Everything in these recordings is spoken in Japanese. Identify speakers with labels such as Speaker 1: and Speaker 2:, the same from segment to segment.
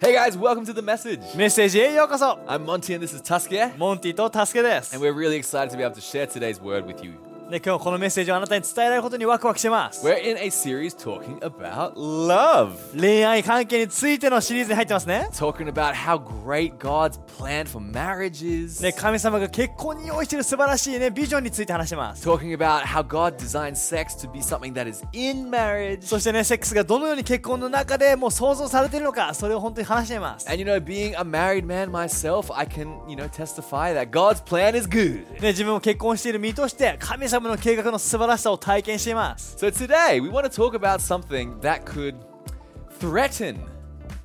Speaker 1: Hey guys, welcome to the message.
Speaker 2: メッセージへようこそ
Speaker 1: I'm Monty and this is Tusker,
Speaker 2: モンティとタスケです
Speaker 1: and we're really excited to be able to share today's word with you.
Speaker 2: で今日このメッセージをあなたに伝えられることにワクワクしてます
Speaker 1: We're in a series talking about love,
Speaker 2: 恋愛関係についてのシリーズに入ってますね
Speaker 1: talking about how great God's plan for marriage is,
Speaker 2: で神様が結婚に用意している素晴らしいねビジョンについて話してます
Speaker 1: talking about how God designed sex to be something that is in marriage.
Speaker 2: そしてねセックスがどのように結婚の中でもう想像されているのかそれを本当に話しています
Speaker 1: And you know, being a married man myself, I can, you know, testify that God's plan is good.
Speaker 2: ね、自分も結婚している身として神様の計画の素晴らしさを体験しています
Speaker 1: So today, we want to talk about something that could threaten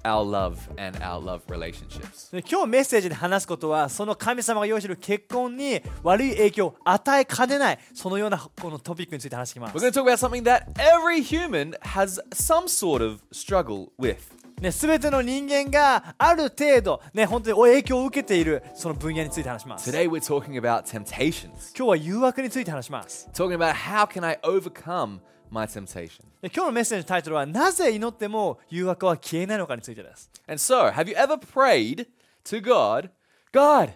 Speaker 1: our love and our love relationships.
Speaker 2: で今日メッセージで話すことはその神様が用意している結婚に悪い影響を与えかねないそのようなこのトピックについて話していきます
Speaker 1: We're going to talk about something that every human has some sort of struggle with.
Speaker 2: ね、全ての人間がある程度、ね、本当に影響を受けているその分野について話します。今
Speaker 1: Today, we're talking about temptations,
Speaker 2: 日は誘惑について話します。
Speaker 1: talking about how can I overcome my temptation.
Speaker 2: で今日のメッセージのタイトルは、なぜ祈っても誘惑は消えないのかについてです。
Speaker 1: And so, have you ever prayed to God, God,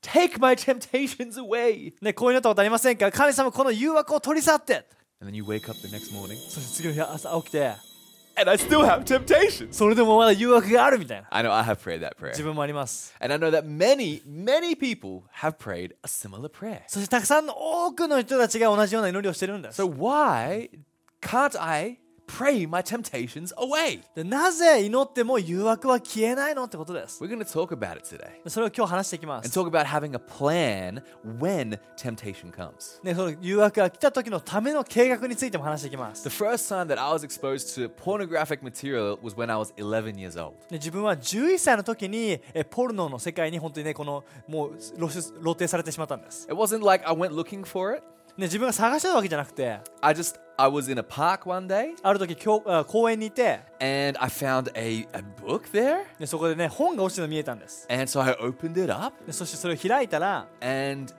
Speaker 1: take my temptations away?
Speaker 2: ね、こう祈ったことありませんか神様、この誘惑を取り去って。
Speaker 1: And then you wake up the next morning
Speaker 2: そして次の日朝起きて、
Speaker 1: and I still have temptations.
Speaker 2: それでもまだ誘惑があるみたいな。
Speaker 1: I know I have prayed that prayer.
Speaker 2: 自分もあります。
Speaker 1: And I know that many, many people have prayed a similar prayer.
Speaker 2: そしてたくさんの多くの人たちが同じような祈りをしてるんです。
Speaker 1: So why can't I pray my temptations away?
Speaker 2: でなぜ祈っても誘惑は消えないのってことです。
Speaker 1: We're going to talk about it today
Speaker 2: それを今日話していきま
Speaker 1: and
Speaker 2: す。
Speaker 1: talk about having a plan when temptation comes.
Speaker 2: ね、その誘惑が来た時のための計画についても話していきま
Speaker 1: The
Speaker 2: す。ね、
Speaker 1: first time that I was exposed to pornographic material was when I was 11 years old.
Speaker 2: 自分は11歳の時にえポルノの世界に本当にねこのもう露出露呈されてしまったんです、ね、
Speaker 1: It wasn't like I went looking for it.
Speaker 2: 自分が探してたわけじゃなくて
Speaker 1: I just I was in a park one day
Speaker 2: ある時きょうあ公園にいて、
Speaker 1: and I found a, a book there.
Speaker 2: ね、そこでね本が落ちてるの見えたんです、
Speaker 1: And so I opened it up
Speaker 2: ね、そしてそれを開いたら、
Speaker 1: and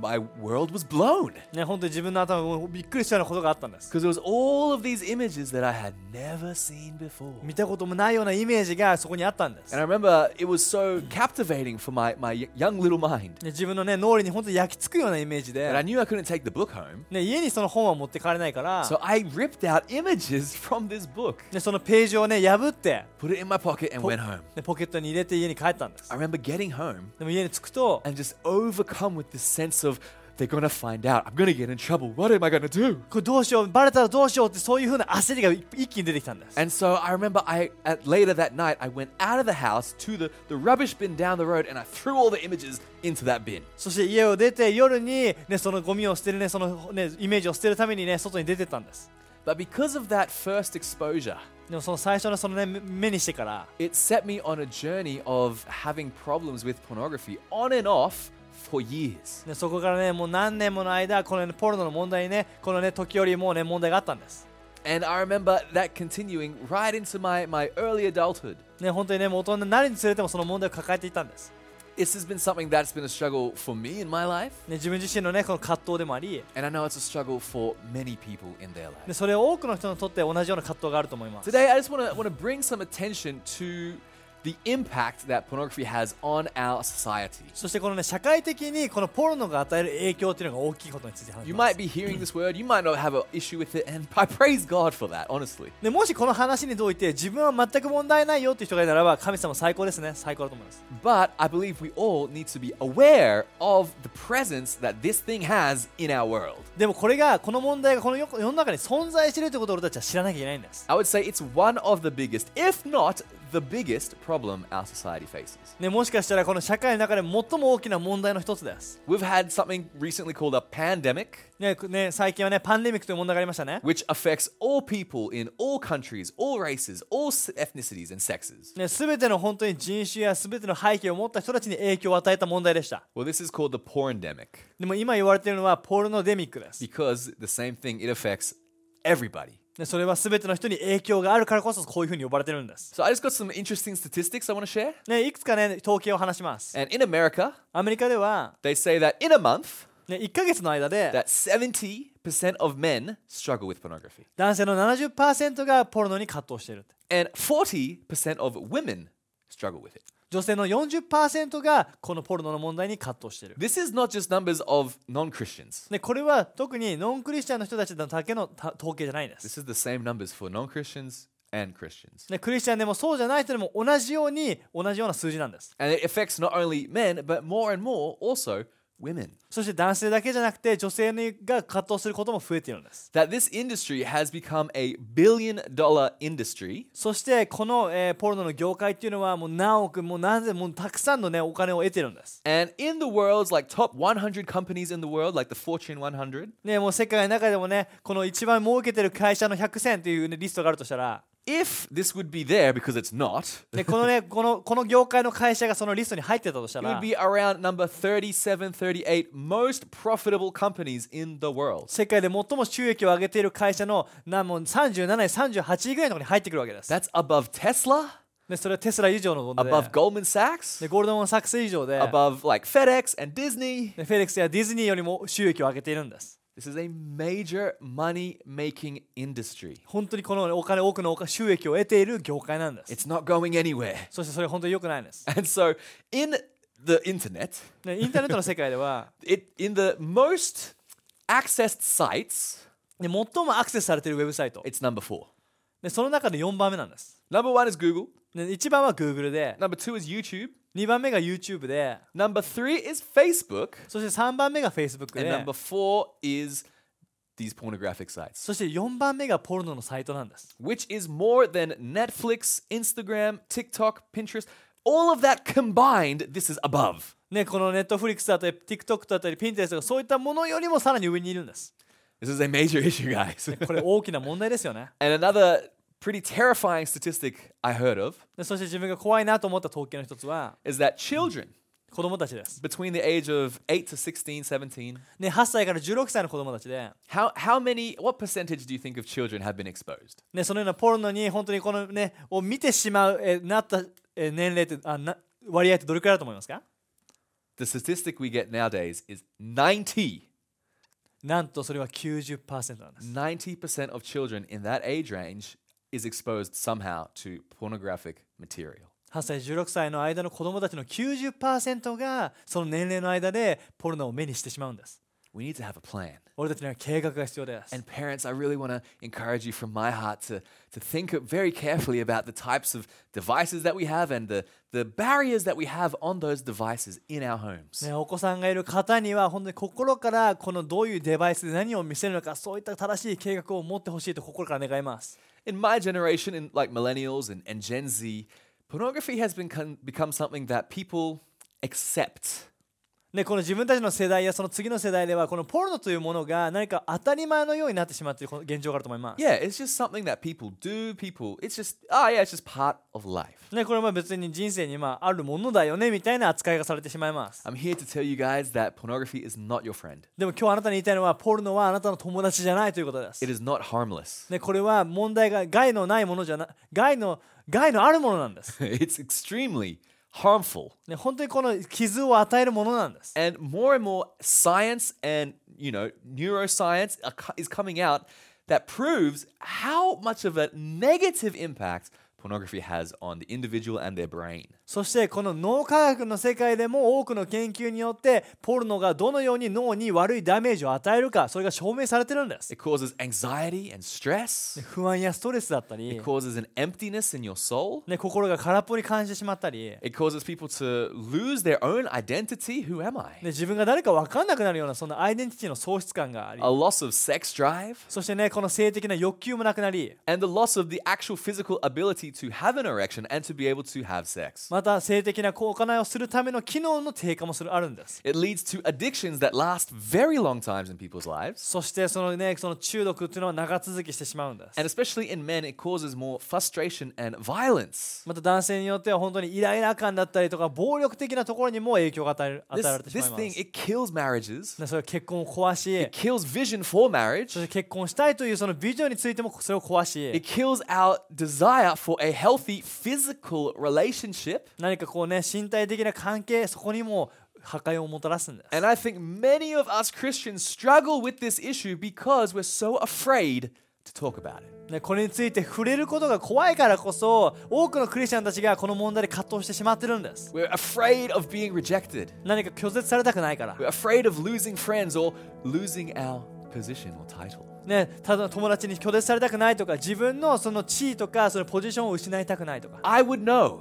Speaker 1: my world was blown.
Speaker 2: ね、本当に自分の頭がもうびっくりしたようなことがあったんです
Speaker 1: Because it was all of these images that I had never seen before.
Speaker 2: 見たこともないようなイメージがそこにあったんです、
Speaker 1: And I
Speaker 2: ね、
Speaker 1: remember it was so captivating for my, my y- young little mind
Speaker 2: 自分のね脳裏に本当に焼き付くようなイメージ
Speaker 1: that I
Speaker 2: で、
Speaker 1: knew I couldn't take the book home.
Speaker 2: ね、家にその本は持って帰れないから、
Speaker 1: So I ripped out images from this book,
Speaker 2: ね、そのページをね破って、
Speaker 1: put it in my pocket, and
Speaker 2: Po-
Speaker 1: went home.
Speaker 2: ね、ポケットに入れて家に帰ったんです
Speaker 1: I remember getting home
Speaker 2: でも家に着くと
Speaker 1: and just overcome with this sense of they're going to find out. I'm going to get in trouble. What am I going to do?
Speaker 2: これどうしようバレたらどうしようってそういう風な焦りが一一気に出てきたんです
Speaker 1: And so I remember I at later that night I went out of the house to the, the rubbish bin down the road and I threw all the images into that bin.
Speaker 2: そして家を出て夜に、ね、そのゴミを捨てるねそのねイメージを捨てるためにね外に出てったんです
Speaker 1: But because of that first exposure,
Speaker 2: でもその最初のそのね目目にしてから、
Speaker 1: it set me on a journey of having problems with pornography on and off for years.
Speaker 2: ね、そこからねもう何年もの間この、ね、ポルノの問題にねこのね時よりもうね問題があったんです、
Speaker 1: And I remember that continuing right into my, my early adulthood.
Speaker 2: ね、本当にねもう大人になるにつれてもその問題を抱えていたんです、
Speaker 1: This has been something that's been a struggle for me in my life,
Speaker 2: ね、自分自身のねこの葛藤でもあり
Speaker 1: and I know it's a struggle for many people in their lives.
Speaker 2: でそれを多くの人にとって同じような葛藤があると思います
Speaker 1: Today, I just want to want to bring some attention to the impact that pornography has on our society.
Speaker 2: そしてこのね社会的にこのポルノが与える影響っていうのが大きいことについて話し
Speaker 1: You
Speaker 2: ます
Speaker 1: might be hearing this word, you might not have an issue with it, and I praise God for that, honestly.
Speaker 2: でもしこの話において自分は全く問題ないよっていう人がいたらば神様最高ですね最高だと思います
Speaker 1: But I believe we all need to be aware of the presence that this thing has in our world.
Speaker 2: でもこれがこの問題がこの世世の中に存在しているということを俺たちは知らなきゃいけないんです
Speaker 1: I would say it's one of the biggest, if not the biggest, problem our society faces.
Speaker 2: ね、もしかしたらこの社会の中で最も大きな問題の一つです、
Speaker 1: We've had something recently called a pandemic,
Speaker 2: ねくね、最近はねパンデミックという問題がありましたね
Speaker 1: which affects all people in all countries, all races, all s- ethnicities, and sexes.
Speaker 2: ね全ての本当に人種や全ての背景を持った人たちに影響を与えた問題でした
Speaker 1: Well, this is called the porndemic
Speaker 2: でも今言われているのはポルノデミックです、
Speaker 1: because the same thing, it affects everybody.
Speaker 2: ね、それは全ての人に影響があるからこそこういうふうに呼ばれてるんです
Speaker 1: So I just got some interesting statistics I want to share.
Speaker 2: ね、いくつかね、統計を話します。
Speaker 1: And in America,
Speaker 2: アメリカでは、
Speaker 1: they say that in a month,
Speaker 2: ね、1ヶ月の間で、
Speaker 1: that 70% of men struggle with pornography
Speaker 2: 男性の70%がポルノに葛藤しているって。
Speaker 1: and 40% of women struggle with it.
Speaker 2: 女性の40%がこのポルノの問題に葛藤してる
Speaker 1: This is not just numbers of non Christians.
Speaker 2: でこれは特にノンクリスチャンの人たちだけのた統計じゃないんです
Speaker 1: This is the same numbers for non Christians and Christians.
Speaker 2: でクリスチャンでもそうじゃない人でも同じように同じような数字なんです
Speaker 1: And it affects not only men, but more and more also women.
Speaker 2: そして男性だけじゃなくて女性が葛藤することも増えているんです
Speaker 1: That this industry has become a billion dollar industry
Speaker 2: そしてこの、えーポルノの業界っていうのはもう何億もう何千もうたくさんのねお金を得てるんです、
Speaker 1: And in the world's like top 100 companies in the world, like the Fortune 100,
Speaker 2: ね、もう世界の中でもねこの一番儲けてる会社の100選という、ね、リストがあるとしたら
Speaker 1: if this would be there because it's not,
Speaker 2: でこのね このこの業界の会社がそのリストに入ってたとした
Speaker 1: it would
Speaker 2: ら
Speaker 1: be around number 37, 38 most profitable companies in the world.
Speaker 2: 世界で最も収益を上げている会社のなもう37位38位ぐらいのところに入ってくるわけです
Speaker 1: That's above Tesla,
Speaker 2: でそれはテスラ以上のもので
Speaker 1: above Goldman Sachs,
Speaker 2: でゴールドマン・サックス以上で
Speaker 1: above like FedEx and Disney.
Speaker 2: でフェデックスやディズニーよりも収益を上げているんです
Speaker 1: This is a major money making industry.
Speaker 2: 本当にこのねお金多くのお金収益を得ている業界なんです
Speaker 1: It's not going anywhere.
Speaker 2: そしてそれ本当に良くないんです。
Speaker 1: And so in the internet,
Speaker 2: ね、インターネットの世界 では、
Speaker 1: it in the most accessed sites,
Speaker 2: ね、最もアクセスされているウェブサイト、
Speaker 1: it's number 4.
Speaker 2: ね、その中で4番目なんです。
Speaker 1: Number one is Google.
Speaker 2: ね、1番は Google で、
Speaker 1: Number two is YouTube.
Speaker 2: 2番目が YouTube で、
Speaker 1: Number three is Facebook.
Speaker 2: そして3番目が Facebook
Speaker 1: And
Speaker 2: で
Speaker 1: number、four is these pornographic sites,
Speaker 2: そして4番目がポルノのサイトなんです。
Speaker 1: which is more than Netflix, Instagram, TikTok, Pinterest. All of that combined, this is above.
Speaker 2: ね、この Netflix だったり、TikTok だったり、Pinterest とかそういったものよりもさらに上にいるんです。
Speaker 1: This is a major issue, guys.
Speaker 2: これ大きな問題ですよね。
Speaker 1: and another pretty terrifying statistic I heard of
Speaker 2: でそして自分が怖いなと思った統計の一つは、
Speaker 1: is that children
Speaker 2: 子供たちです。
Speaker 1: between the age of 8 to 16, 17,
Speaker 2: ね、8歳から16歳の子供たちで、
Speaker 1: how, how many, what percentage do you think of children have been exposed?
Speaker 2: ね、そのようなポルノに本当にこのねを見てしまう、えーなった、えー年齢ってあな割合ってどれくらいだと思いますか
Speaker 1: The statistic we get nowadays is 90.
Speaker 2: なんとそれは90%なんです、
Speaker 1: 90% of children in that age range is exposed somehow to pornographic material.
Speaker 2: 8歳16歳の間の子供たちの90%がその年齢の間でポルノを目にしてしまうんです
Speaker 1: We need to have a plan.
Speaker 2: 俺たちには計画が必要です
Speaker 1: And parents, I really want to encourage you from my heart to, to think very carefully about the types of devices that we have and the, the barriers that we have on those devices in our homes.
Speaker 2: ね、お子さんがいる方には本当に心からこのどういうデバイスで何を見せるのかそういった正しい計画を持ってほしいと心から願います
Speaker 1: In my generation, in like millennials and, and Gen Z, pornography has been con- become something that people accept.
Speaker 2: ね、この自分たちの世代やその次の世代ではこのポルノというものが何か当たり前のようになってしまっているこの現状があると思います。
Speaker 1: Yeah, it's just something that people do. People, it's just, oh yeah, it's just part of life.
Speaker 2: ね、これはまあ別に人生にまああるものだよねみたいな扱いがされてしまいます。
Speaker 1: I'm here to tell you guys that pornography is not your friend.
Speaker 2: でも今日あなたに言いたいのはポルノはあなたの友達じゃないということです
Speaker 1: It。is not harmless.
Speaker 2: ね、これは問題が害のないものじゃな害の害のあるものなんです。
Speaker 1: it's extremely harmful.
Speaker 2: ね、本当にこの傷を与えるものなんです。
Speaker 1: And more and more science and, you know, neuroscience are co- is coming out that proves how much of a negative impact pornography has on the individual and their brain.
Speaker 2: そしてこの脳科学の世界でも多くの研究によってポルノがどのように脳に悪いダメージを与えるかそれが証明されてるんです。
Speaker 1: It causes anxiety and stress.
Speaker 2: 不安やストレスだったり
Speaker 1: It、causes an emptiness in your soul.
Speaker 2: ね、心が空っぽに感じてしまったり、ね、
Speaker 1: It causes people to lose their own identity. Who am I?
Speaker 2: 自分が誰か分かんなくなるようなそんなアイデンティティの喪失感があり
Speaker 1: A loss of sex drive.
Speaker 2: そしてねこの性的な欲求もなくなり
Speaker 1: and the loss of the actual physical ability to have an erection and to be able to have sex.
Speaker 2: また性的な行いをするための機能の低下もするあるんです
Speaker 1: It leads to addictions that last very long times in people's lives.
Speaker 2: そしてそのねその中毒っていうのは長続きしてしまうんです
Speaker 1: And especially in men, it causes more frustration and violence.
Speaker 2: また男性によっては本当にイライラ感だったりとか暴力的なところにも影響が与える与え
Speaker 1: This,
Speaker 2: られてしま
Speaker 1: this
Speaker 2: います
Speaker 1: thing, it kills marriages,
Speaker 2: ねそれは結婚を壊し
Speaker 1: kills vision for
Speaker 2: そ
Speaker 1: marriage,
Speaker 2: して結婚したいというそのビジョンについてもそれを壊し
Speaker 1: it kills our desire for a healthy physical relationship.
Speaker 2: 何かこうね身体的な関係そこにも破壊をもたらすんです。
Speaker 1: And I think many of us Christians struggle with this issue because we're so afraid to talk about it.
Speaker 2: ねこれについて触れることが怖いからこそ多くのクリスチャンたちがこの問題で葛藤してしまってるんです
Speaker 1: We're afraid of being rejected.
Speaker 2: 何か拒絶されたくないから
Speaker 1: We're afraid of losing friends or losing our position or title.
Speaker 2: ね、ただ友達に拒絶されたくないとか自分のその地位とかそのポジションを失いたくないとか
Speaker 1: I would know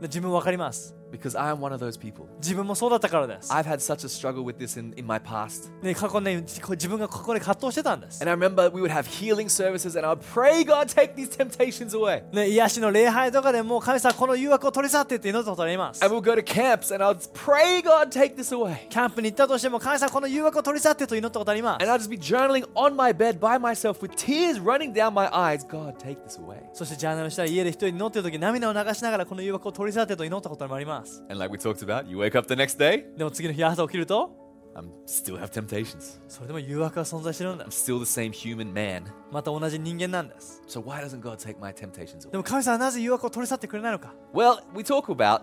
Speaker 2: 自分分かります
Speaker 1: because I am one of those people.
Speaker 2: 自分もそうだったからです、
Speaker 1: I've had such a struggle with this in, in my past.
Speaker 2: ね、過去ね自分がここで葛藤してたんです、
Speaker 1: And I remember we would have healing services and I would pray, God, take these temptations away.
Speaker 2: ね、癒しの礼拝とかでもう神様この誘惑を取り去ってって祈ったことあります
Speaker 1: And we'll go to camps and I'll pray, God, take this away.
Speaker 2: キャンプに行ったとしても神様この誘惑を取り去ってと祈ったことあります
Speaker 1: And I'll just be journaling on my bed by myself with tears running down my eyes. God, take this away.
Speaker 2: そしてジャーナルしたら家で一人祈ってる時涙を流しながらこの誘惑を取り去ってと祈ったこともあります
Speaker 1: And like we talked about, you wake up the next day,
Speaker 2: でも次の日朝起きると
Speaker 1: I am still have temptations.
Speaker 2: それでも誘惑は存在してるんだ
Speaker 1: I'm still the same human man.
Speaker 2: また同じ人間なんです
Speaker 1: So why doesn't God take my temptations
Speaker 2: で
Speaker 1: away?
Speaker 2: も神様はなぜ誘惑を取り去ってくれないのか
Speaker 1: Well, we talk about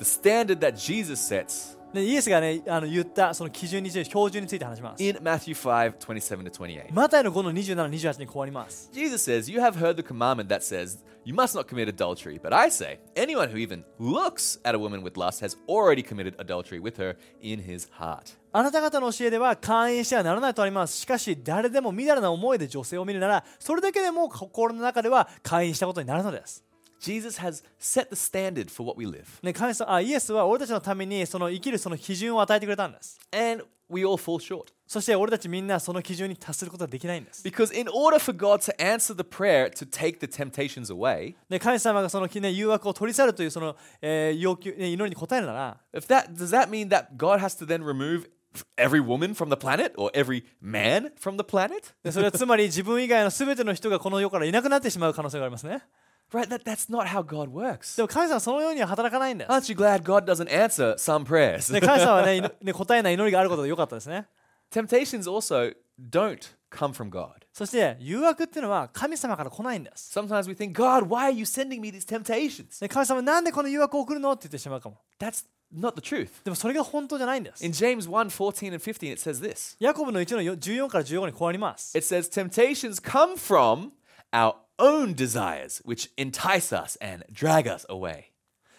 Speaker 1: the standard that Jesus sets
Speaker 2: でイエスがねあの言ったその基準について標準について話します
Speaker 1: in Matthew 5 27 to 28.
Speaker 2: マタイの5の2728にこうあります
Speaker 1: Jesus says, You have heard the commandment that says, You must not commit adultery. But I say, anyone who even looks at a woman with lust has already committed adultery with her in his heart.
Speaker 2: あなた方の教えでは会員してはならないとありますしかし誰でもみだらな思いで女性を見るならそれだけでも心の中では会員したことになるのです
Speaker 1: Jesus has set the standard for what we live.
Speaker 2: ね、神様あイエスは俺たちのためにその生きるその基準を与えてくれたんです
Speaker 1: And we all fall short.
Speaker 2: そして俺たちみんなその基準に達することはできないんです。
Speaker 1: Because in order for God to answer the prayer to take the temptations away,
Speaker 2: で神様がその、ね、誘惑を取り去るというその、えー要求、ね、祈りに応えるなら、
Speaker 1: if that does that mean that God has to then remove every woman from the planet or every man from the planet?
Speaker 2: でそれはつまり自分以外の全ての人がこの世からいなくなってしまう可能性がありますね。
Speaker 1: Right? That, that's not how God works.
Speaker 2: でも神様はそのようには働かないんです。
Speaker 1: Aren't you glad God doesn't answer some prayers?
Speaker 2: で神様はねいのね答えない祈りがあることでよかったですね。
Speaker 1: Temptations also don't come from God.
Speaker 2: そして誘惑っていうのは神様から来ないんです。
Speaker 1: Sometimes we think, God, why are you sending me these temptations?
Speaker 2: で神様なんでこの誘惑を送るのって言ってしまうかも。
Speaker 1: That's not the truth.
Speaker 2: でもそれが本当じゃないんです。
Speaker 1: In James 1 14 and 15, it says this
Speaker 2: ヤコブの1の14から15にこうあります。
Speaker 1: It says, Temptations come from our own desires, which entice us and drag us away.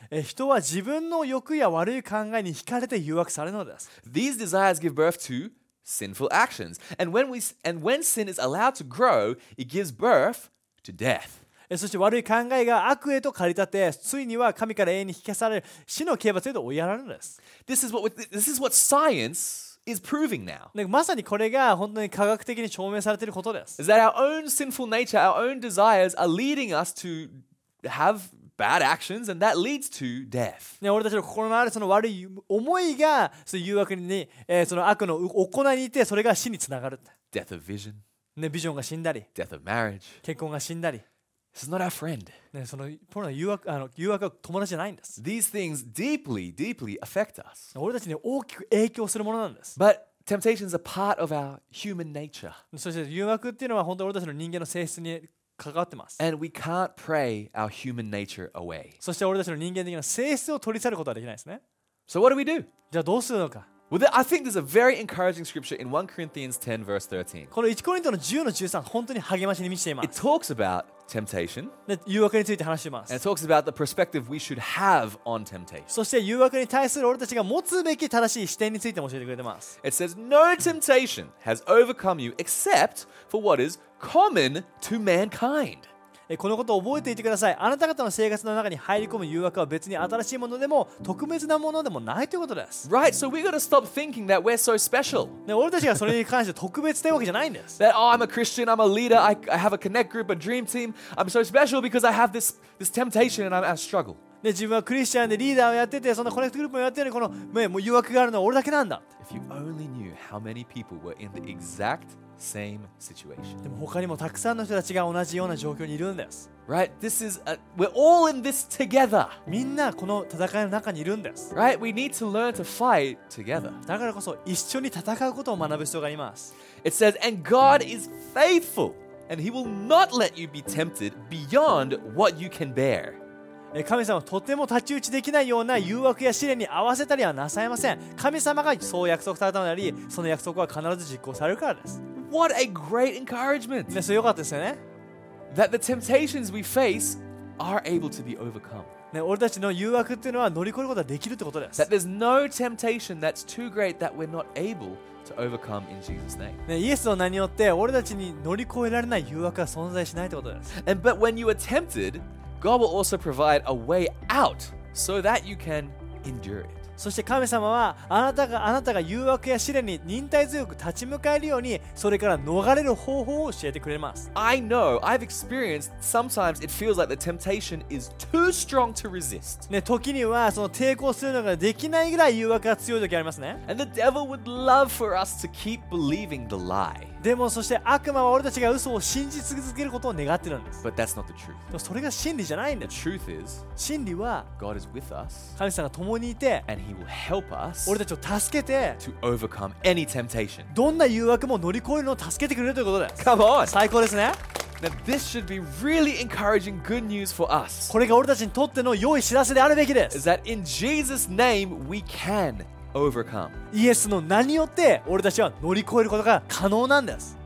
Speaker 2: え人は自分の欲や悪い考えに惹かれて誘惑されるのです。
Speaker 1: These desires give birth to sinful actions. And when, we, and when sin is allowed to grow, it gives birth to death.
Speaker 2: えそして悪い考えが悪へと駆り立て、ついには神から永遠に引き消される死の刑罰へと追いやられるのです。
Speaker 1: This is what, this is what science is proving now.
Speaker 2: でまさにこれが本当に科学的に証明されていることです。
Speaker 1: is that our own sinful nature, our own desires are leading us to have bad actions, and that leads to death.
Speaker 2: ね、俺たちの心のあるその悪い思いがその誘惑に、えーその悪の行いにいてそれが死につながるって、
Speaker 1: Death of vision,
Speaker 2: ね。ビジョンが死んだり、
Speaker 1: death of marriage.
Speaker 2: 結婚が死んだり、
Speaker 1: This is not our friend.
Speaker 2: ね、そのポロの誘惑あの誘惑は友達じゃないんです。
Speaker 1: These things deeply, deeply affect us.
Speaker 2: 俺たちに大きく影響するものなんです。
Speaker 1: But temptations are part of our human nature,
Speaker 2: そして誘惑っていうのは本当に俺たちの人間の性質に関わってます。
Speaker 1: and we can't pray our human nature away.
Speaker 2: そして俺たちの人間的な性質を取り去ることはできないですね。
Speaker 1: So, what do we do?
Speaker 2: じゃあどうするのか。
Speaker 1: Well, there, I think there's a very encouraging scripture in 1 Corinthians 10, verse 13.
Speaker 2: この1コリントの10の13、本当に励ましに満ちていま
Speaker 1: It
Speaker 2: す。
Speaker 1: talks about temptation,
Speaker 2: で誘惑について話していま
Speaker 1: and it
Speaker 2: す。
Speaker 1: talks about the perspective we should have on temptation.
Speaker 2: そして誘惑に対する俺たちが持つべき正しい視点についても教えてくれてます。
Speaker 1: It says, No temptation has overcome you except for what is common to mankind.
Speaker 2: えこのことを覚えていてください。あなた方の生活の中に入り込む誘惑は別に新しいものでも特別なものでもないということです。
Speaker 1: Right, so we gotta stop thinking that we're so special.
Speaker 2: で俺たちがそれに関して特別というわけじゃないんです。
Speaker 1: That, oh, I'm a Christian, I'm a leader, I, I have a connect group, a dream team. I'm so special because I have this, this temptation and I'm, I struggle.
Speaker 2: で自分はクリスチャンでリーダーをやってて、そんなコネクトグループもやってるのにこのねもう誘惑があるのは俺だけなんだ。
Speaker 1: If you only knew how many people were in the exact same situation.
Speaker 2: でも他にもたくさんの人たちが同じような状況にいるんです。
Speaker 1: Right, this is, a, we're all in this together.
Speaker 2: みんなこの戦いの中にいるんです。
Speaker 1: Right, we need to learn to fight together.
Speaker 2: だからこそ一緒に戦うことを学ぶ必要があります。
Speaker 1: It says, And God is faithful, and he will not let you be tempted beyond what you can bear.
Speaker 2: え神様はとても太刀打ちできないような誘惑や試練に合わせたりはなさいません。神様がそう約束されたのであり、その約束は必ず実行されるからです。
Speaker 1: What a great encouragement
Speaker 2: ね、それ良かったですよね
Speaker 1: that the temptations we face are able to be overcome.
Speaker 2: ね俺たちの誘惑っていうのは乗り越えることができるってことです
Speaker 1: That、there's no temptation that's too great that we're not able to overcome in Jesus' name.
Speaker 2: ね、イエスの名によって俺たちに乗り越えられない誘惑は存在しないってことです
Speaker 1: And but when you are tempted, God will also provide a way out so that you can endure it.
Speaker 2: そして神様はあなたがあなたが誘惑や試練に忍耐強く立ち向かえるようにそれから逃れる方法を教えてくれます
Speaker 1: I know I've experienced sometimes it feels like the temptation is too strong to resist.
Speaker 2: ね、時にはその抵抗するのができないぐらい誘惑が強い時ありますね
Speaker 1: And the devil would love for us to keep believing the lie.
Speaker 2: でもそして悪魔は俺たちが嘘を信じ続けることを願ってるんです
Speaker 1: But that's not the truth.
Speaker 2: でもそれが真理じゃないん
Speaker 1: The
Speaker 2: です
Speaker 1: truth is
Speaker 2: 真理は
Speaker 1: God is with us
Speaker 2: 神様が共にいて
Speaker 1: and he will help us
Speaker 2: 俺たちを助けて
Speaker 1: to overcome any temptation.
Speaker 2: どんな誘惑も乗り越えるのを助けてくれるということです
Speaker 1: Come on.
Speaker 2: 最高ですね
Speaker 1: Now this should be really encouraging good news for us.
Speaker 2: これが俺たちにとっての良い知らせであるべきです
Speaker 1: Is that in Jesus name we can overcome.
Speaker 2: イエスの名によって俺たちは乗り越えることが可能なんです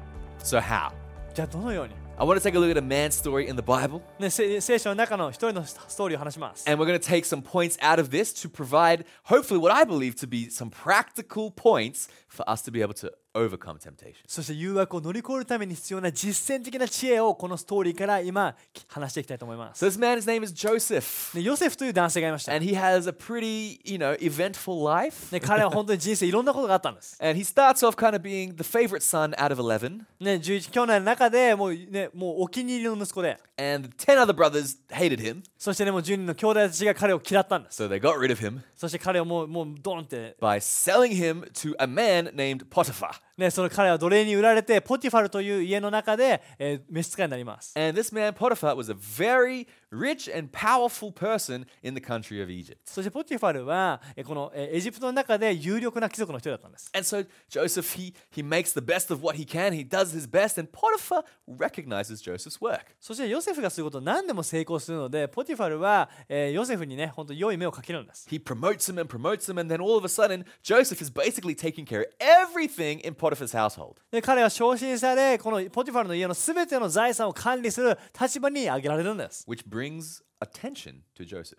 Speaker 1: So how?
Speaker 2: じゃあどのように
Speaker 1: I want to take a look at a man's story in the Bible
Speaker 2: ね、せ聖書の中の一人のストーリーを話します。
Speaker 1: and we're going to take some points out of this to provide hopefully what I believe to be some practical points for us to be able to overcome temptation.
Speaker 2: そして誘惑を乗り越えるために必要な実践的な知恵をこのストーリーから今話していきたいと思います。
Speaker 1: So this man his name is Joseph
Speaker 2: ね、ヨセフという男性がいました。
Speaker 1: and he has a pretty, you know, eventful life.
Speaker 2: ね、彼は本当に人生いろんなことがあったんです。
Speaker 1: And he starts off kind of being the favorite son out of 11,
Speaker 2: ね、11兄弟の中でもう,、ね、もうお気に入りの息子で、
Speaker 1: and the 10 other brothers hated him,
Speaker 2: そして、ね、もう10人の兄弟たちが彼を嫌ったんです。
Speaker 1: so they got rid of him
Speaker 2: そして彼をもうもうドンって、
Speaker 1: by selling him to a man named Potiphar.
Speaker 2: ね、その彼は奴隷に売られてポティファルという家の中で、えー召使いになります。
Speaker 1: And this man, Potiphar, was a very rich and powerful person in the country of Egypt.
Speaker 2: そしてポティファルはえーこのえーエジプトの中で有力な貴族の一人だったんです。
Speaker 1: And so Joseph, he, he makes the best of what he can, he does his best, and Potiphar recognizes Joseph's work.
Speaker 2: そしてヨセフがすることを何でも成功するのでポティファルは、えーヨセフにね本当良い目をかけるんです。
Speaker 1: He promotes him and promotes him, and then all of a sudden, Joseph is basically taking care of everything in Potiphar's household.
Speaker 2: で彼は昇進されこのポティファルの家の全ての財産を管理する立場に挙げられるんです。
Speaker 1: which brings attention to Joseph.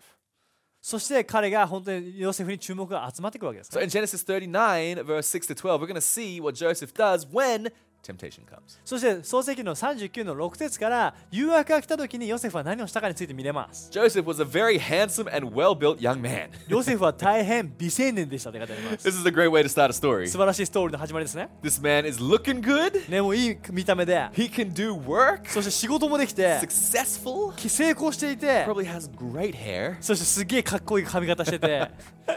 Speaker 2: そして彼が本当にヨセフに注目が集まってくるわけです
Speaker 1: So。in Genesis 39, verse 6 to 12, we're going to see what Joseph does when temptation comes.
Speaker 2: そして創世記の39の6節から誘惑が来た時にヨセフは何をしたかについて見れます。
Speaker 1: Joseph was a very handsome and well built young man.
Speaker 2: ヨセフは大変美青年でしたって書いてあ ります。
Speaker 1: This is a great way to start a story.
Speaker 2: 素晴らしいストーリーの始まりですね。
Speaker 1: This man is looking good,
Speaker 2: ね、もういい見た目で
Speaker 1: he can do work,
Speaker 2: そして仕事もできて
Speaker 1: successful,
Speaker 2: 成功していて
Speaker 1: probably has great hair.
Speaker 2: そしてすげえかっこいい髪型してて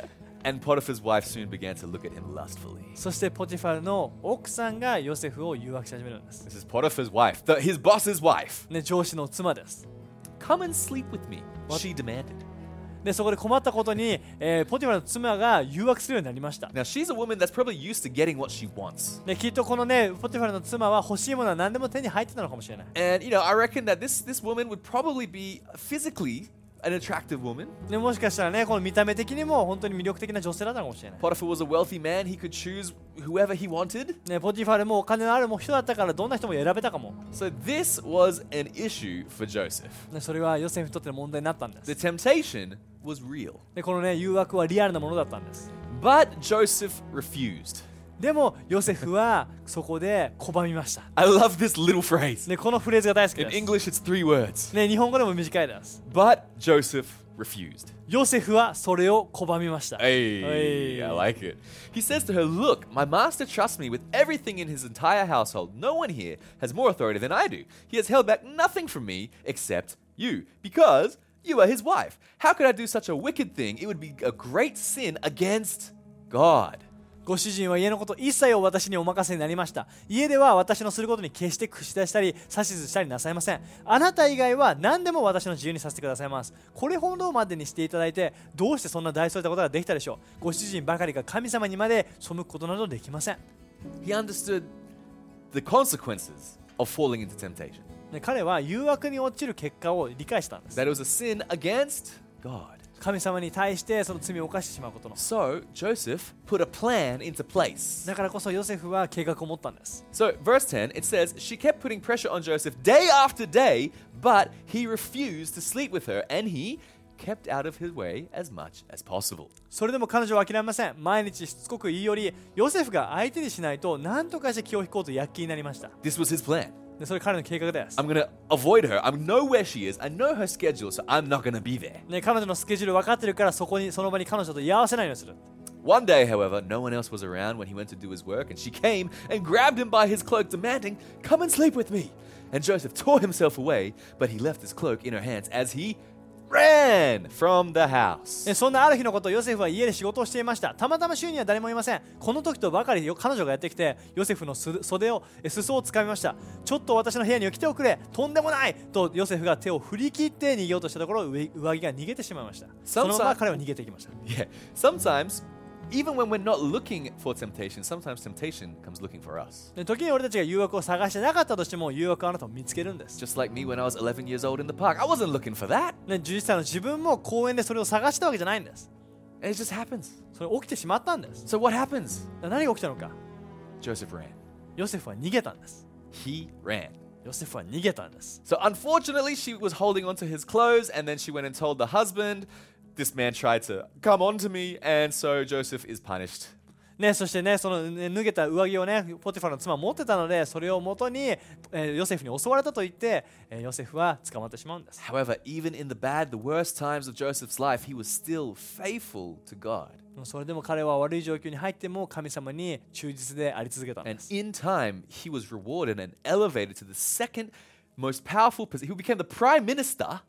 Speaker 1: And Potiphar's wife soon began to look at him lustfully.
Speaker 2: そしてポティファルの奥さんがヨセフを誘惑し始めるんです、
Speaker 1: This is Potiphar's wife, the, his boss's wife.
Speaker 2: ね、上司の妻です
Speaker 1: Come and sleep with me, she demanded.
Speaker 2: でそこで困ったことに、えーポティファルの妻が誘惑するようになりました、
Speaker 1: Now, she's a woman that's probably used to getting what she wants.
Speaker 2: ね、きっとこのねポティファルの妻は欲しいものは何でも手に入ってたのかもしれない、
Speaker 1: And you know, I reckon that this this woman would probably be physically an attractive woman.
Speaker 2: ね、もしかしたらねこの見た目的にも本当に魅力的な女性だったのかもしれない
Speaker 1: Potiphar was a wealthy man; he could choose whoever he wanted.
Speaker 2: ね、ポティファルもお金のある人だったからどんな人も選べたかも、
Speaker 1: So this was an issue for Joseph.
Speaker 2: ね、それはヨセフにとっての問題になったんです
Speaker 1: The temptation was real,
Speaker 2: でこのね誘惑はリアルなものだったんです
Speaker 1: but Joseph refused.
Speaker 2: でもヨセフはそこで拒みました。
Speaker 1: I love this little phrase.
Speaker 2: ね、このフレーズが大好き
Speaker 1: In
Speaker 2: です。
Speaker 1: English, it's three words.
Speaker 2: ね、日本語でも短いです。
Speaker 1: But Joseph refused.
Speaker 2: ヨセフはそれを拒みました。
Speaker 1: Hey, I like it. He says to her, Look, my master trusts me with everything in his entire household. No one here has more authority than I do. He has held back nothing from me except you, because you are his wife. How could I do such a wicked thing? It would be a great sin against God.
Speaker 2: ご主人は家のこと一切を私にお任せになりました。家では私のすることに決して口出したり指図したりなさいません。あなた以外は何でも私の自由にさせてくださいます。これほどまでにしていただいて、どうしてそんな大それたことができたでしょう。ご主人ばかりが神様にまで背くことなどできません。
Speaker 1: He understood the consequences of falling into temptation,
Speaker 2: ね、彼は誘惑に落ちる結果を理解したんです。
Speaker 1: that it was a sin against God.
Speaker 2: そ神様に対してその罪を犯してしまうことの
Speaker 1: So Joseph put a plan into place.
Speaker 2: だからこそヨセフは計画を持ったんです
Speaker 1: So, verse 10, it says, She kept putting pressure on Joseph day after day, but he refused to sleep with her, and he kept out of his way as much as possible.
Speaker 2: それでも彼女は諦めません毎日しつこく言い寄りヨセフが相手にしないと何とかして気を引こうと躍起になりました
Speaker 1: This was his plan.
Speaker 2: でそれ彼の計画です、
Speaker 1: I'm gonna avoid her. I know where she is. I know her schedule, so I'm not gonna be there.
Speaker 2: ね、彼女のスケジュール分かってるからそこにその場に彼女と居合わせないようにする
Speaker 1: One day, however, no one else was around when he went to do his work, and she came and grabbed him by his cloak, demanding, Come and sleep with me. And Joseph tore himself away, but he left his cloak in her hands as he ran from the house.
Speaker 2: えそんなある日のことヨセフは家で仕事をしていましたたまたま周囲には誰もいませんこの時とばかりよ彼女がやってきてヨセフのす袖をえ裾をつかみましたちょっと私の部屋に来ておくれとんでもないとヨセフが手を振り切って逃げようとしたところ上上着が逃げてしまいましたそのまま彼は逃げていきました
Speaker 1: Yeah, sometimes, even when we're not looking for temptation, sometimes temptation comes looking for us.
Speaker 2: で時に俺たちが誘惑を探してなかったとしても誘惑はあなたを見つけるんです
Speaker 1: Just like me when I was 11 years old in the park, I wasn't looking for that.
Speaker 2: ね11歳の自分も公園でそれを探したわけじゃないんです
Speaker 1: And it just happens.
Speaker 2: それ起きてしまったんです
Speaker 1: So what happens?
Speaker 2: で何が起きたのか
Speaker 1: Joseph ran.
Speaker 2: ヨセフは逃げたんです
Speaker 1: He ran.
Speaker 2: ヨセフは逃げたんです
Speaker 1: So unfortunately, she was holding onto his clothes, and then she went and told the husband, "This man tried to come onto me," and so Joseph is punished.
Speaker 2: ね、そしてね、その、ね、脱げた上着をね、ポティファラの妻は持ってたので、それを元に、えーヨセフに襲われたと言って、えーヨセフは捕まってしまうんです。
Speaker 1: However, even in the bad, the worst times of Joseph's life, he was still faithful to God.
Speaker 2: でもそれでも彼は悪い状況に入っても神様に忠実であり続けたんで
Speaker 1: And
Speaker 2: す。
Speaker 1: in time, he was rewarded and elevated to the second most powerful position. He became the prime minister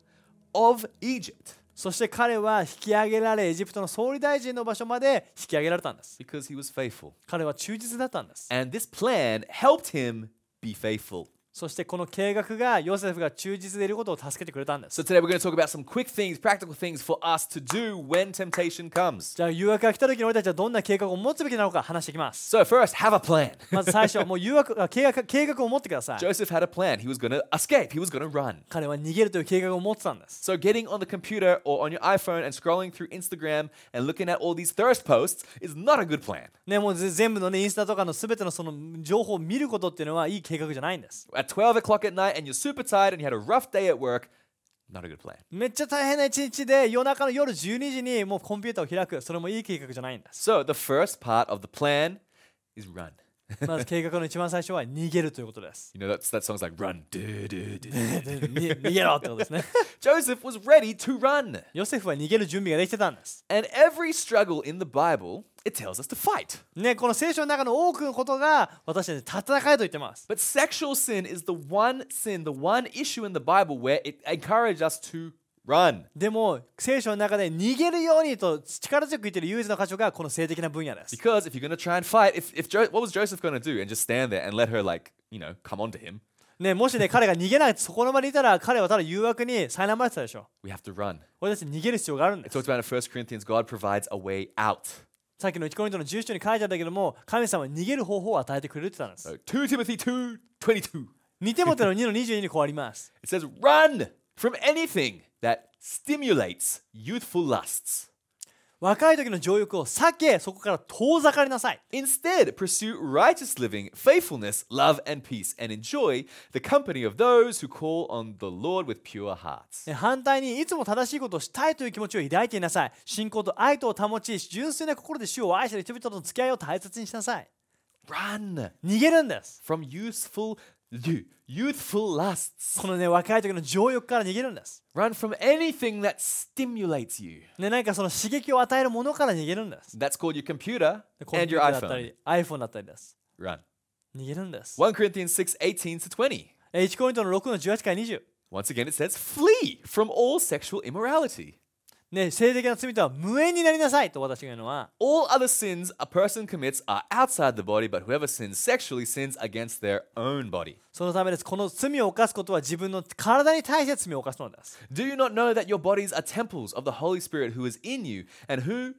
Speaker 1: of Egypt
Speaker 2: そして彼は引き上げられ、エジプトの総理大臣の場所まで引き上げられたんです。
Speaker 1: because he was faithful.
Speaker 2: 彼は忠実だったんです。
Speaker 1: And this plan helped him be faithful.
Speaker 2: そしてこの計画がヨセフが忠実でいることを助けてくれたんです。
Speaker 1: So today we're going to talk about some quick things, practical things for us to do when temptation comes.
Speaker 2: じゃあ誘惑が来た時に俺たちはどんな計画を持つべきなのか話してい きます。
Speaker 1: So first, have a plan.
Speaker 2: まず最 初はもう誘惑あ計画計画を持ってください。
Speaker 1: Joseph had a plan. He was going to escape. He was going to run.
Speaker 2: 彼は逃げるという計画を持ってたんです。
Speaker 1: So getting on the computer or on your iPhone and scrolling through Instagram and looking at all these thirst posts is not a good plan.
Speaker 2: ね、もうぜ全部のね、インスタとかの全てのその情報を見ることっていうのはいい計画じゃないんです。
Speaker 1: at 12 o'clock at night and you're super tired and you had a rough day at work, not a good plan.
Speaker 2: めっちゃ大変な一日で夜中の夜12時にもうコンピューターを開く、それもいい計画じゃないんです。
Speaker 1: So the first part of the plan is run.
Speaker 2: まず計画の一番最初は逃げるということです。
Speaker 1: You know, that's, that song's like run. duh, duh, duh.
Speaker 2: でに逃げろってことですね。
Speaker 1: Joseph was ready to run.
Speaker 2: ヨセフは逃げる準備ができてたんです。
Speaker 1: And every struggle in the Bible, it tells us to fight.
Speaker 2: ね、この聖書の中の多くのことが私たち戦いと言ってます。
Speaker 1: But sexual sin is the one sin, the one issue in the Bible where it encourages us to run.
Speaker 2: でも、聖書の中で逃げるようにと力強く言ってる唯一の箇所がこの性的な分野です。
Speaker 1: Because if you're going to try and fight, if, if jo- what was Joseph going to do? And just stand there and let her, like, you know, come onto him.
Speaker 2: ね、もしね、彼が逃げない、そこの場にいたら、彼はただ誘惑に苛まれてたでしょ。
Speaker 1: We have to run.
Speaker 2: 俺たち逃げる必要があるんで
Speaker 1: It
Speaker 2: す
Speaker 1: talks。about in 1 Corinthians, God provides a way out.
Speaker 2: さっきの1コリントの10章に書いてあったけども、神様は逃げる方法を与えてくれるって言ったんです。
Speaker 1: So 2 Uh, Timothy 2 22.
Speaker 2: 2手もての2の22にこうあります。
Speaker 1: It says, Run from anything that stimulates youthful lusts.
Speaker 2: 若い時の情欲を避け、そこから遠ざかりなさい。
Speaker 1: Instead, pursue righteous living, faithfulness, love, and peace, and enjoy the company of those who call on the Lord with pure hearts.
Speaker 2: ね反対にいつも正しいことをしたいという気持ちを抱いていなさい。信仰と愛とを保ち、純粋な心で主を愛している人々との付き合いを大切にしなさい。
Speaker 1: Run
Speaker 2: 逃げるんです。
Speaker 1: from youthful, you- youthful lusts.
Speaker 2: このね、若い時の情欲から逃げるんです。
Speaker 1: Run from anything that stimulates you.
Speaker 2: ね、何かその刺激を与えるものから逃げるんです。
Speaker 1: That's called your computer
Speaker 2: コン
Speaker 1: and
Speaker 2: ピ
Speaker 1: your
Speaker 2: ューターだった
Speaker 1: iPhone.
Speaker 2: り、iPhone だったりです。
Speaker 1: Run.
Speaker 2: 逃げるんです。
Speaker 1: 1 Corinthians 6 18 to 20.
Speaker 2: えー1コリントの6の18から20。
Speaker 1: Once again, it says, flee from all sexual immorality.
Speaker 2: ね、性的な罪とは無縁になりなさいと私が言うのは、
Speaker 1: All other sins a person commits are outside the body, but whoever sins sexually sins against their own body.
Speaker 2: そのためです。この罪を犯すことは自分の体に対して罪を犯すのです。
Speaker 1: Do you not know that your bodies are temples of the Holy Spirit who is in you and who eh,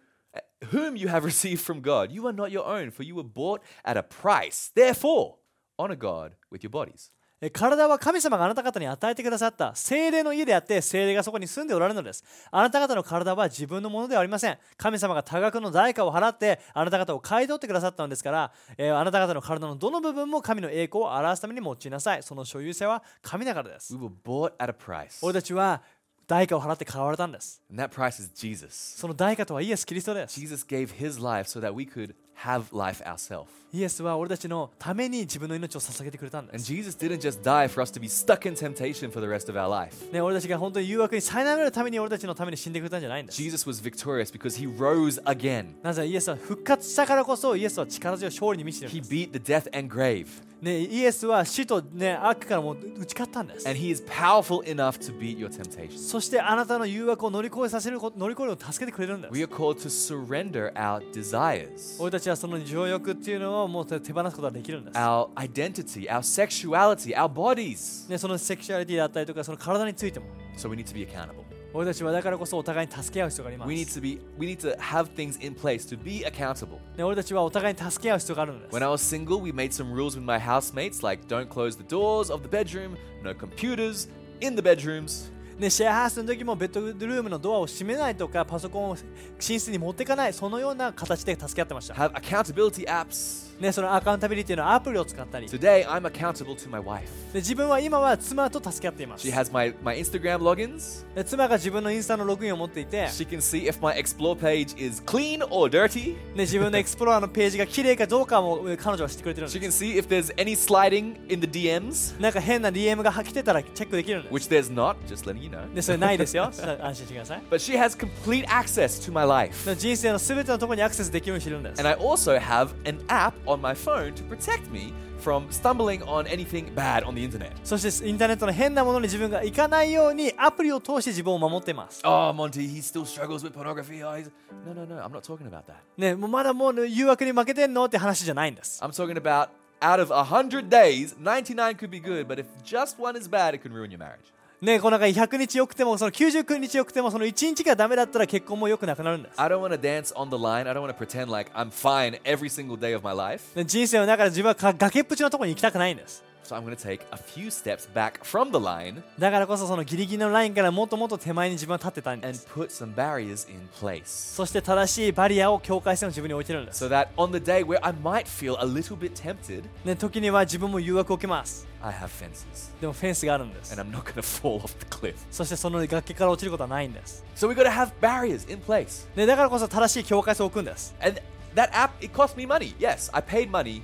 Speaker 1: whom you have received from God? You are not your own, for you were bought at a price. Therefore, honor God with your bodies.
Speaker 2: ええ体は神様があなた方に与えてくださった精霊の家であって精霊がそこに住んでおられるのですあなた方の体は自分のものではありません神様が多額の代価を払ってあなた方を買い取ってくださったのですから、えーあなた方の体のどの部分も神の栄光を表すために用いなさいその所有性は神だからです
Speaker 1: We were bought at a price.
Speaker 2: 俺たちは代価を払って買われたんです
Speaker 1: And that price is Jesus.
Speaker 2: その代価とはイエス・キリストです
Speaker 1: Jesus gave his life so that we could have life ourselves.
Speaker 2: イエスは俺たちのために自分の命を捧げてくれたんで
Speaker 1: And
Speaker 2: す、
Speaker 1: Jesus didn't just die for us to be stuck in temptation for the rest of our life.
Speaker 2: ね、俺たちが本当に誘惑に苛まれるために俺たちのために死んでくれたんじゃないんです
Speaker 1: Jesus was victorious because he rose again.
Speaker 2: なぜイエスは復活したからこそイエスは力強い勝利に満ちている
Speaker 1: He
Speaker 2: んです
Speaker 1: beat the death and grave.
Speaker 2: ね、イエスは死と、ね、悪からも打ち勝ったんです
Speaker 1: And he is powerful enough to beat your temptations.
Speaker 2: そしてあなたの誘惑を乗り越えさせること乗り越えるのを助けてくれるんで
Speaker 1: We
Speaker 2: す
Speaker 1: are called to surrender our desires,
Speaker 2: 俺たちはその情欲っていうのをもう手放すことができるんです、
Speaker 1: our identity, our sexuality, our bodies.
Speaker 2: ね、そのセクシュアリティだったりとかその体についても
Speaker 1: So we need to be accountable.
Speaker 2: 俺たちはだからこそお互いに助け合う必要があります、
Speaker 1: We need to be we need to have things in place to be accountable.
Speaker 2: ね、俺たちはお互いに助け合う必要があるんです
Speaker 1: When I was single, we made some rules with my housemates like don't close the doors of the bedroom, no computers in the bedrooms.
Speaker 2: ね、シェアハウスの時もベッドルームのドアを閉めないとかパソコンを寝室に持っていかないそのような形で助け合ってました、
Speaker 1: Have accountability apps.
Speaker 2: ね、そのアカウンタビリティのアプリを使ったりで
Speaker 1: Today, I'm accountable to my wife.
Speaker 2: 自分は今は妻と助け合っています
Speaker 1: She has my, my Instagram logins.
Speaker 2: で妻が自分のインスタのログインを持っていて、ね、
Speaker 1: She can see if my explore page is clean or dirty.
Speaker 2: 自分のエクスプローラーのページが綺麗かどうかもえ彼女は知ってくれてるん
Speaker 1: She
Speaker 2: で
Speaker 1: can
Speaker 2: す
Speaker 1: see if there's any sliding in the DMs,
Speaker 2: なんか変な DM が来てたらチェックできるんです
Speaker 1: which there's not, just letting you know.
Speaker 2: でそれないですよ それ安心してください
Speaker 1: But she has complete access to my life.
Speaker 2: で人生の全てのところにアクセスできるようにしてるんです
Speaker 1: And I also have an app on my phone to protect me from stumbling on anything bad on the internet.
Speaker 2: そしてインターネットの変なものに自分が行かないようにアプリを通して自分を守っています
Speaker 1: Oh, Monty, he still struggles with pornography. Oh, he's... No, no, no. I'm not talking about that.
Speaker 2: ね、もうまだもう誘惑に負けてんのって話じゃないんです。
Speaker 1: I'm talking about out of 100 days, 99 could be good, but if just one is bad, it can ruin your marriage.
Speaker 2: ね、この中100日よくても、その99日よくても、その1日がダメだったら結婚も良くなくなるんです。
Speaker 1: I don't want to dance on the line. I don't want to pretend like I'm fine every single day of my life.
Speaker 2: ね人生の中で自分はか崖っぷちのところに行きたくないんです。
Speaker 1: So I'm going to take a few steps back from the line
Speaker 2: だからこそそのギリギリのラインからもっともっと手前に自分は立ってたんで
Speaker 1: and
Speaker 2: す。
Speaker 1: put some barriers in place.
Speaker 2: そして正しいバリアを境界線を自分に置いてるんです
Speaker 1: So。that on the day where I might feel a little bit tempted,
Speaker 2: ね、時には自分も誘惑を受けます。
Speaker 1: I have fences
Speaker 2: でもフェンスがあるんです
Speaker 1: and。I'm not going to fall off the cliff.
Speaker 2: そしてその崖から落ちることはないんです。
Speaker 1: So we got to have barriers in place.
Speaker 2: ね、だからこそ正しい境界線を置くんです。
Speaker 1: And that app, it cost me money. Yes, I paid money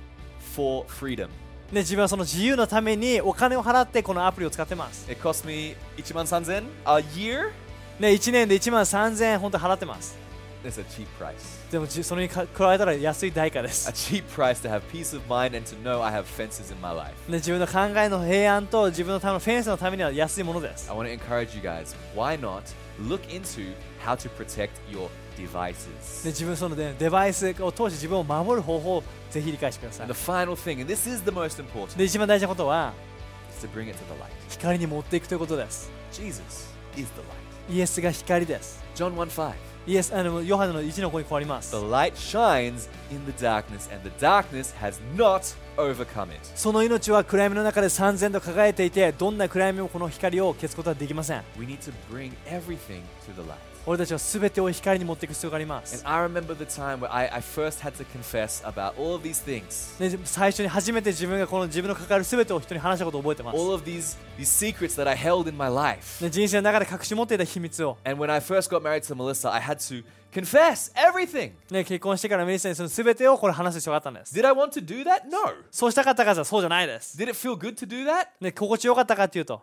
Speaker 1: for freedom.
Speaker 2: ね、自分はその自由のためにお金を払ってこのアプリを使ってます。
Speaker 1: It cost me 13000 a year.
Speaker 2: ね、1年で1万3000円本当払ってます。
Speaker 1: It's a cheap price.
Speaker 2: でもじそれにか加えたら安い代価で
Speaker 1: A
Speaker 2: す。
Speaker 1: cheap price to have peace of mind and to know I have fences in my life.
Speaker 2: ね、自分の考えの平安と自分のためのフェンスのためには安いものです。
Speaker 1: I want to encourage you guys why not look into how to protect your
Speaker 2: で
Speaker 1: devices?
Speaker 2: 自分その、ね、デバイスを通して自分を守る方法をぜひ理解してください
Speaker 1: And the。final thing, and this is the most
Speaker 2: で
Speaker 1: important,
Speaker 2: 一番大事なことは
Speaker 1: is to bring it to the light.
Speaker 2: 光に持っていくということです。
Speaker 1: Jesus is the light.
Speaker 2: イエスが光です。
Speaker 1: John 1 5.
Speaker 2: イエスあのヨハネの1の子に変わります
Speaker 1: The。light shines in the darkness, and the darkness has not overcome it.
Speaker 2: その命は暗闇の中で三千と輝いていてどんな暗闇もこの光を消すことはできません。
Speaker 1: We need to bring everything to the light.
Speaker 2: 俺たちは全てを光に持っていく必要がありま
Speaker 1: And
Speaker 2: す。
Speaker 1: I remember the time where I, I first had to confess about all of these things.
Speaker 2: で最初に初めて自分がこの自分の抱える全てを人に話したことを覚えてます。
Speaker 1: all of these these secrets that I held in my life.
Speaker 2: ね人生の中で隠し持っていた秘密を、
Speaker 1: And when I first got married to Melissa, I had to confess everything.
Speaker 2: ね、結婚してからメリッサにその全てをこれ話す必要があったんです
Speaker 1: Did I want to do that? No.
Speaker 2: そうしたかったからそうじゃないです、
Speaker 1: Did it feel good to do that?
Speaker 2: ね、心地よかったかっていうと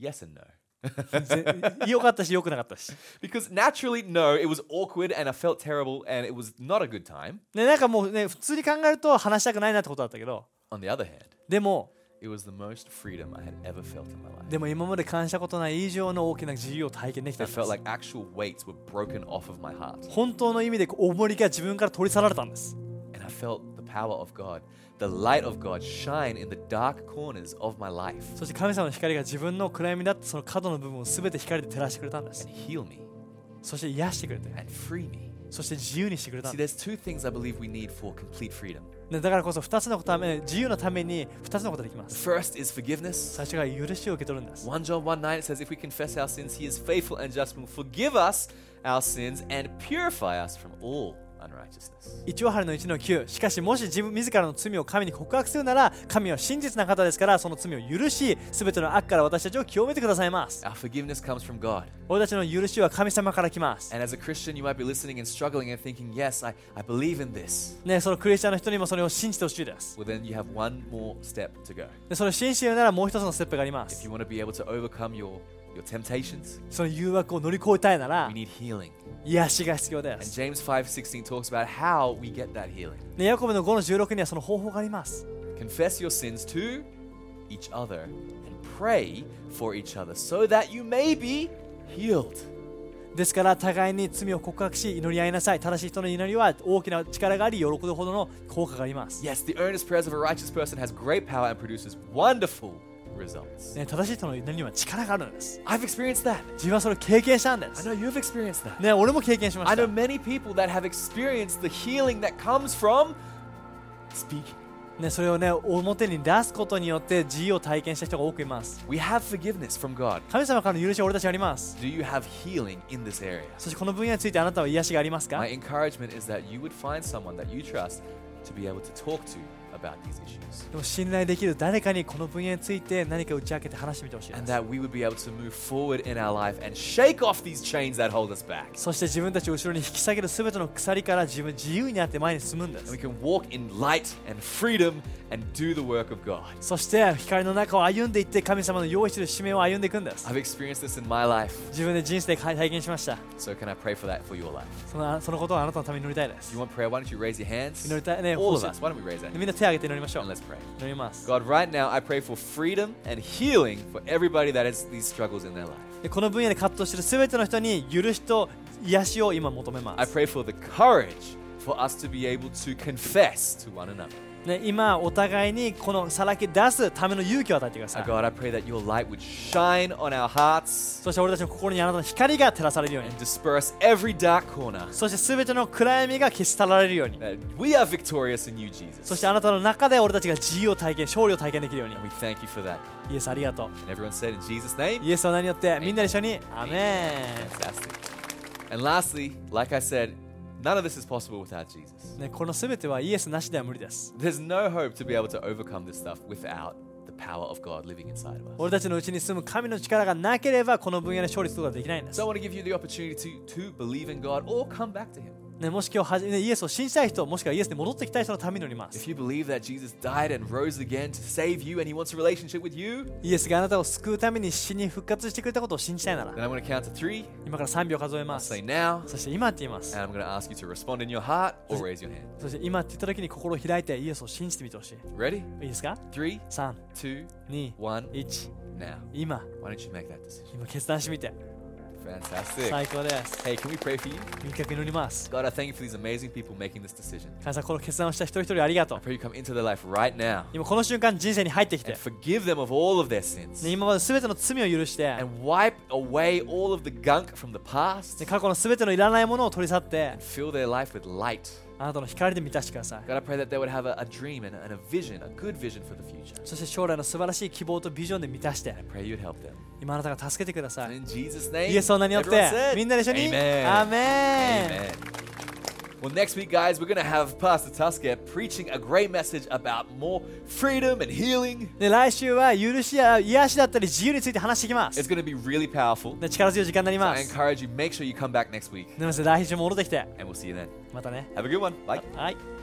Speaker 1: Yes and no.
Speaker 2: 良かったし良くなかったし、
Speaker 1: Because naturally, no, it was awkward and I felt terrible and it was not a good time.
Speaker 2: ね、なんかもうね普通に考えると話したくないなってことだったけど
Speaker 1: On the other hand,
Speaker 2: でも
Speaker 1: it was the most freedom I had ever felt in my life.
Speaker 2: でも今まで感じたことない以上の大きな自由を体験できた
Speaker 1: I
Speaker 2: んです
Speaker 1: felt like actual weights were broken off of my heart.
Speaker 2: 本当の意味で重りが自分から取り去られたんです
Speaker 1: And I felt the power of God, the light of God shine in the dark corners of my life
Speaker 2: そして神様の光が自分の暗闇だったその角の部分を全て光で照らしてくれたんです
Speaker 1: and heal me
Speaker 2: そして癒してくれて
Speaker 1: and free me.
Speaker 2: そして自由にしてくれた
Speaker 1: See,
Speaker 2: んだ
Speaker 1: there's two things I believe we need for complete freedom.
Speaker 2: ねだからこそ2つのことため自由のために2つのことできま
Speaker 1: The
Speaker 2: す
Speaker 1: first is forgiveness.
Speaker 2: 最初が許しを受け取るんです
Speaker 1: 1 John 1 9 it says, If we confess our sins, he is faithful and just and will forgive us our sins and purify us from all unrighteousness.
Speaker 2: 一応春の1の9しかしもし自分自らの罪を神に告白するなら神は真実な方ですからその罪を許し全ての悪から私たちを清めてくださいます
Speaker 1: Our forgiveness comes from God.
Speaker 2: 俺たちの許しは神様から来ます
Speaker 1: And as a Christian, you might be listening and struggling and thinking, Yes, I, I believe in this.
Speaker 2: ねそのクリスチャンの人にもそれを信じてほしいです
Speaker 1: Well, then you have one more step to go.
Speaker 2: でそれを信じているならもう一つのステップがありま
Speaker 1: If
Speaker 2: す
Speaker 1: you want to be able to overcome your, your temptations,
Speaker 2: その誘惑を乗り越えたいなら
Speaker 1: we need healing.
Speaker 2: 癒しが必要で
Speaker 1: And
Speaker 2: す、
Speaker 1: James 5:16 talks about how we get that healing.
Speaker 2: ね、ヤコブの5の16にはその方法があります
Speaker 1: Confess your sins to each other and pray for each other so that you may be healed.
Speaker 2: ですから互いに罪を告白し祈り合いなさい正しい人の祈りは大きな力があり喜ぶほどの効果があります、
Speaker 1: Yes, the earnest prayers of a righteous person has great power and produces wonderful results.
Speaker 2: ね、正しい人の祈りには力があるんです
Speaker 1: I've experienced that.
Speaker 2: 自分はそれを経験したんで
Speaker 1: I
Speaker 2: す
Speaker 1: know you've experienced that.
Speaker 2: ね、俺も経験しま
Speaker 1: I
Speaker 2: し
Speaker 1: know
Speaker 2: た
Speaker 1: many people that have experienced the healing that comes from speaking.
Speaker 2: ね、それをね表に出すことによって自由を体験した人が多くいます
Speaker 1: We have forgiveness from God.
Speaker 2: 神様からの許しは俺たちはあります
Speaker 1: Do you have healing in this area?
Speaker 2: そしてこの分野についてあなたは癒しがありますか
Speaker 1: My encouragement is that you would find someone that you trust to be able to talk to about these issues.
Speaker 2: でも信頼できる誰かにこの分野について何か打ち明けて話してみてほしい
Speaker 1: And
Speaker 2: です
Speaker 1: that we would be able to move forward in our life and shake off these chains that hold us back.
Speaker 2: そして自分たちを後ろに引き下げる全ての鎖から自分自由になって前に進むんで
Speaker 1: And
Speaker 2: す
Speaker 1: we can walk in light and freedom and do the work of God.
Speaker 2: そして光の中を歩んでいって神様の用意している使命を歩んでいくんです
Speaker 1: I've experienced this in my life,
Speaker 2: 自分で人生で体験しました
Speaker 1: so can I pray for that for your life?
Speaker 2: そのそのことをあなたのために祈りたいで
Speaker 1: If
Speaker 2: す
Speaker 1: you want prayer, why don't you raise your hands?
Speaker 2: 祈りたいね、
Speaker 1: All of
Speaker 2: 欲しい。
Speaker 1: us, why don't we raise our
Speaker 2: で
Speaker 1: hands
Speaker 2: みんな手を挙げて祈りましょう
Speaker 1: and let's pray.
Speaker 2: 祈ります
Speaker 1: God, right now I pray for freedom and healing for everybody that has these struggles in their life.
Speaker 2: でこの分野で葛藤している全ての人に許しと癒しを今求めま
Speaker 1: I
Speaker 2: す、
Speaker 1: pray for the courage for us to be able to confess to one another.
Speaker 2: ね、今お互いにこのさらけ出すための勇気を与えてくださ
Speaker 1: Oh
Speaker 2: い
Speaker 1: God, I pray that your light would shine on our hearts
Speaker 2: そして俺たちの心にあなたの光が照らされるように
Speaker 1: and disperse every dark corner.
Speaker 2: そして全ての暗闇が消し去られるように
Speaker 1: That we are victorious in you, Jesus.
Speaker 2: そしてあなたの中で俺たちが自由を体験勝利を体験できるよう
Speaker 1: And
Speaker 2: に
Speaker 1: we thank you for that.
Speaker 2: イエスありがと
Speaker 1: And everyone said in Jesus'
Speaker 2: う
Speaker 1: name,
Speaker 2: イエスの名によってみんなで一緒にアメ
Speaker 1: fantastic. And lastly, like I said, none of this is possible without Jesus.
Speaker 2: ン、ね、この全てはイエスなしでは無理です
Speaker 1: There's no hope to be able to overcome this stuff without the power of God living inside of us.
Speaker 2: 俺たちのうちに住む神の力がなければこの分野で勝利することはできないんです
Speaker 1: So I、want to give you the opportunity to, to believe in God or come back to Him.
Speaker 2: ね、もし今日はじ、ね、イエスを信じたい人もしくはイエスに戻ってきたい人のために祈ります
Speaker 1: If you believe that Jesus died and rose again to save you and he wants a relationship with you,
Speaker 2: イエスがあなたを救うために死に復活してくれたことを信じたいなら
Speaker 1: then I'm going to count to three.
Speaker 2: 今から3秒数えま
Speaker 1: I'll
Speaker 2: す
Speaker 1: say now,
Speaker 2: そして今って言います
Speaker 1: and I'm going to ask you to respond in your heart or raise your hand.
Speaker 2: そして今って言った時に心を開いてイエスを信じてみてほしい
Speaker 1: Ready?
Speaker 2: いいですか
Speaker 1: Three,
Speaker 2: 3、
Speaker 1: two,
Speaker 2: 2、
Speaker 1: one,
Speaker 2: 1
Speaker 1: now.
Speaker 2: 今
Speaker 1: Why don't you make that decision?
Speaker 2: 今決断してみて
Speaker 1: Fantastic.
Speaker 2: 最高です。
Speaker 1: Hey, can we pray for you?
Speaker 2: 密かに祈ります。
Speaker 1: God, I thank you for these amazing people making this decision.
Speaker 2: 神様、この決断をした一人一人ありがとう
Speaker 1: I。pray you come into their life right now
Speaker 2: 今この瞬間、人生に入ってきて
Speaker 1: and、forgive them of all of their sins
Speaker 2: ね、今まで全ての罪を許して、
Speaker 1: and wipe away all of the gunk from the past
Speaker 2: ね、過去の全てのいらないものを取り去って、
Speaker 1: fill their life with light.
Speaker 2: あなたの光で満たしてください。
Speaker 1: God, I pray that they would have a, a dream and, and a vision, a good vision for the future.
Speaker 2: そして将来の素晴らしい希望とビジョンで満たして、
Speaker 1: Pray you'd help them.
Speaker 2: 今あなたが助けてくださ
Speaker 1: And
Speaker 2: い。
Speaker 1: in Jesus' name,
Speaker 2: イエスの名によって
Speaker 1: everyone said,、
Speaker 2: みんなで一緒に、
Speaker 1: Amen.
Speaker 2: アーメ
Speaker 1: Amen. Well, next week, guys, we're going to have Pastor Tusker preaching a great message about more freedom and healing.
Speaker 2: ンで来週は許しや癒しだったり自由について話していきま
Speaker 1: It's
Speaker 2: す。
Speaker 1: going to be really powerful.
Speaker 2: で力強い時間になり
Speaker 1: So
Speaker 2: ま
Speaker 1: I
Speaker 2: す。
Speaker 1: encourage you, make sure you come back next week,
Speaker 2: なので来週戻ってきて、
Speaker 1: and we'll see you then.
Speaker 2: またね。
Speaker 1: Have a good one. Bye.
Speaker 2: はい。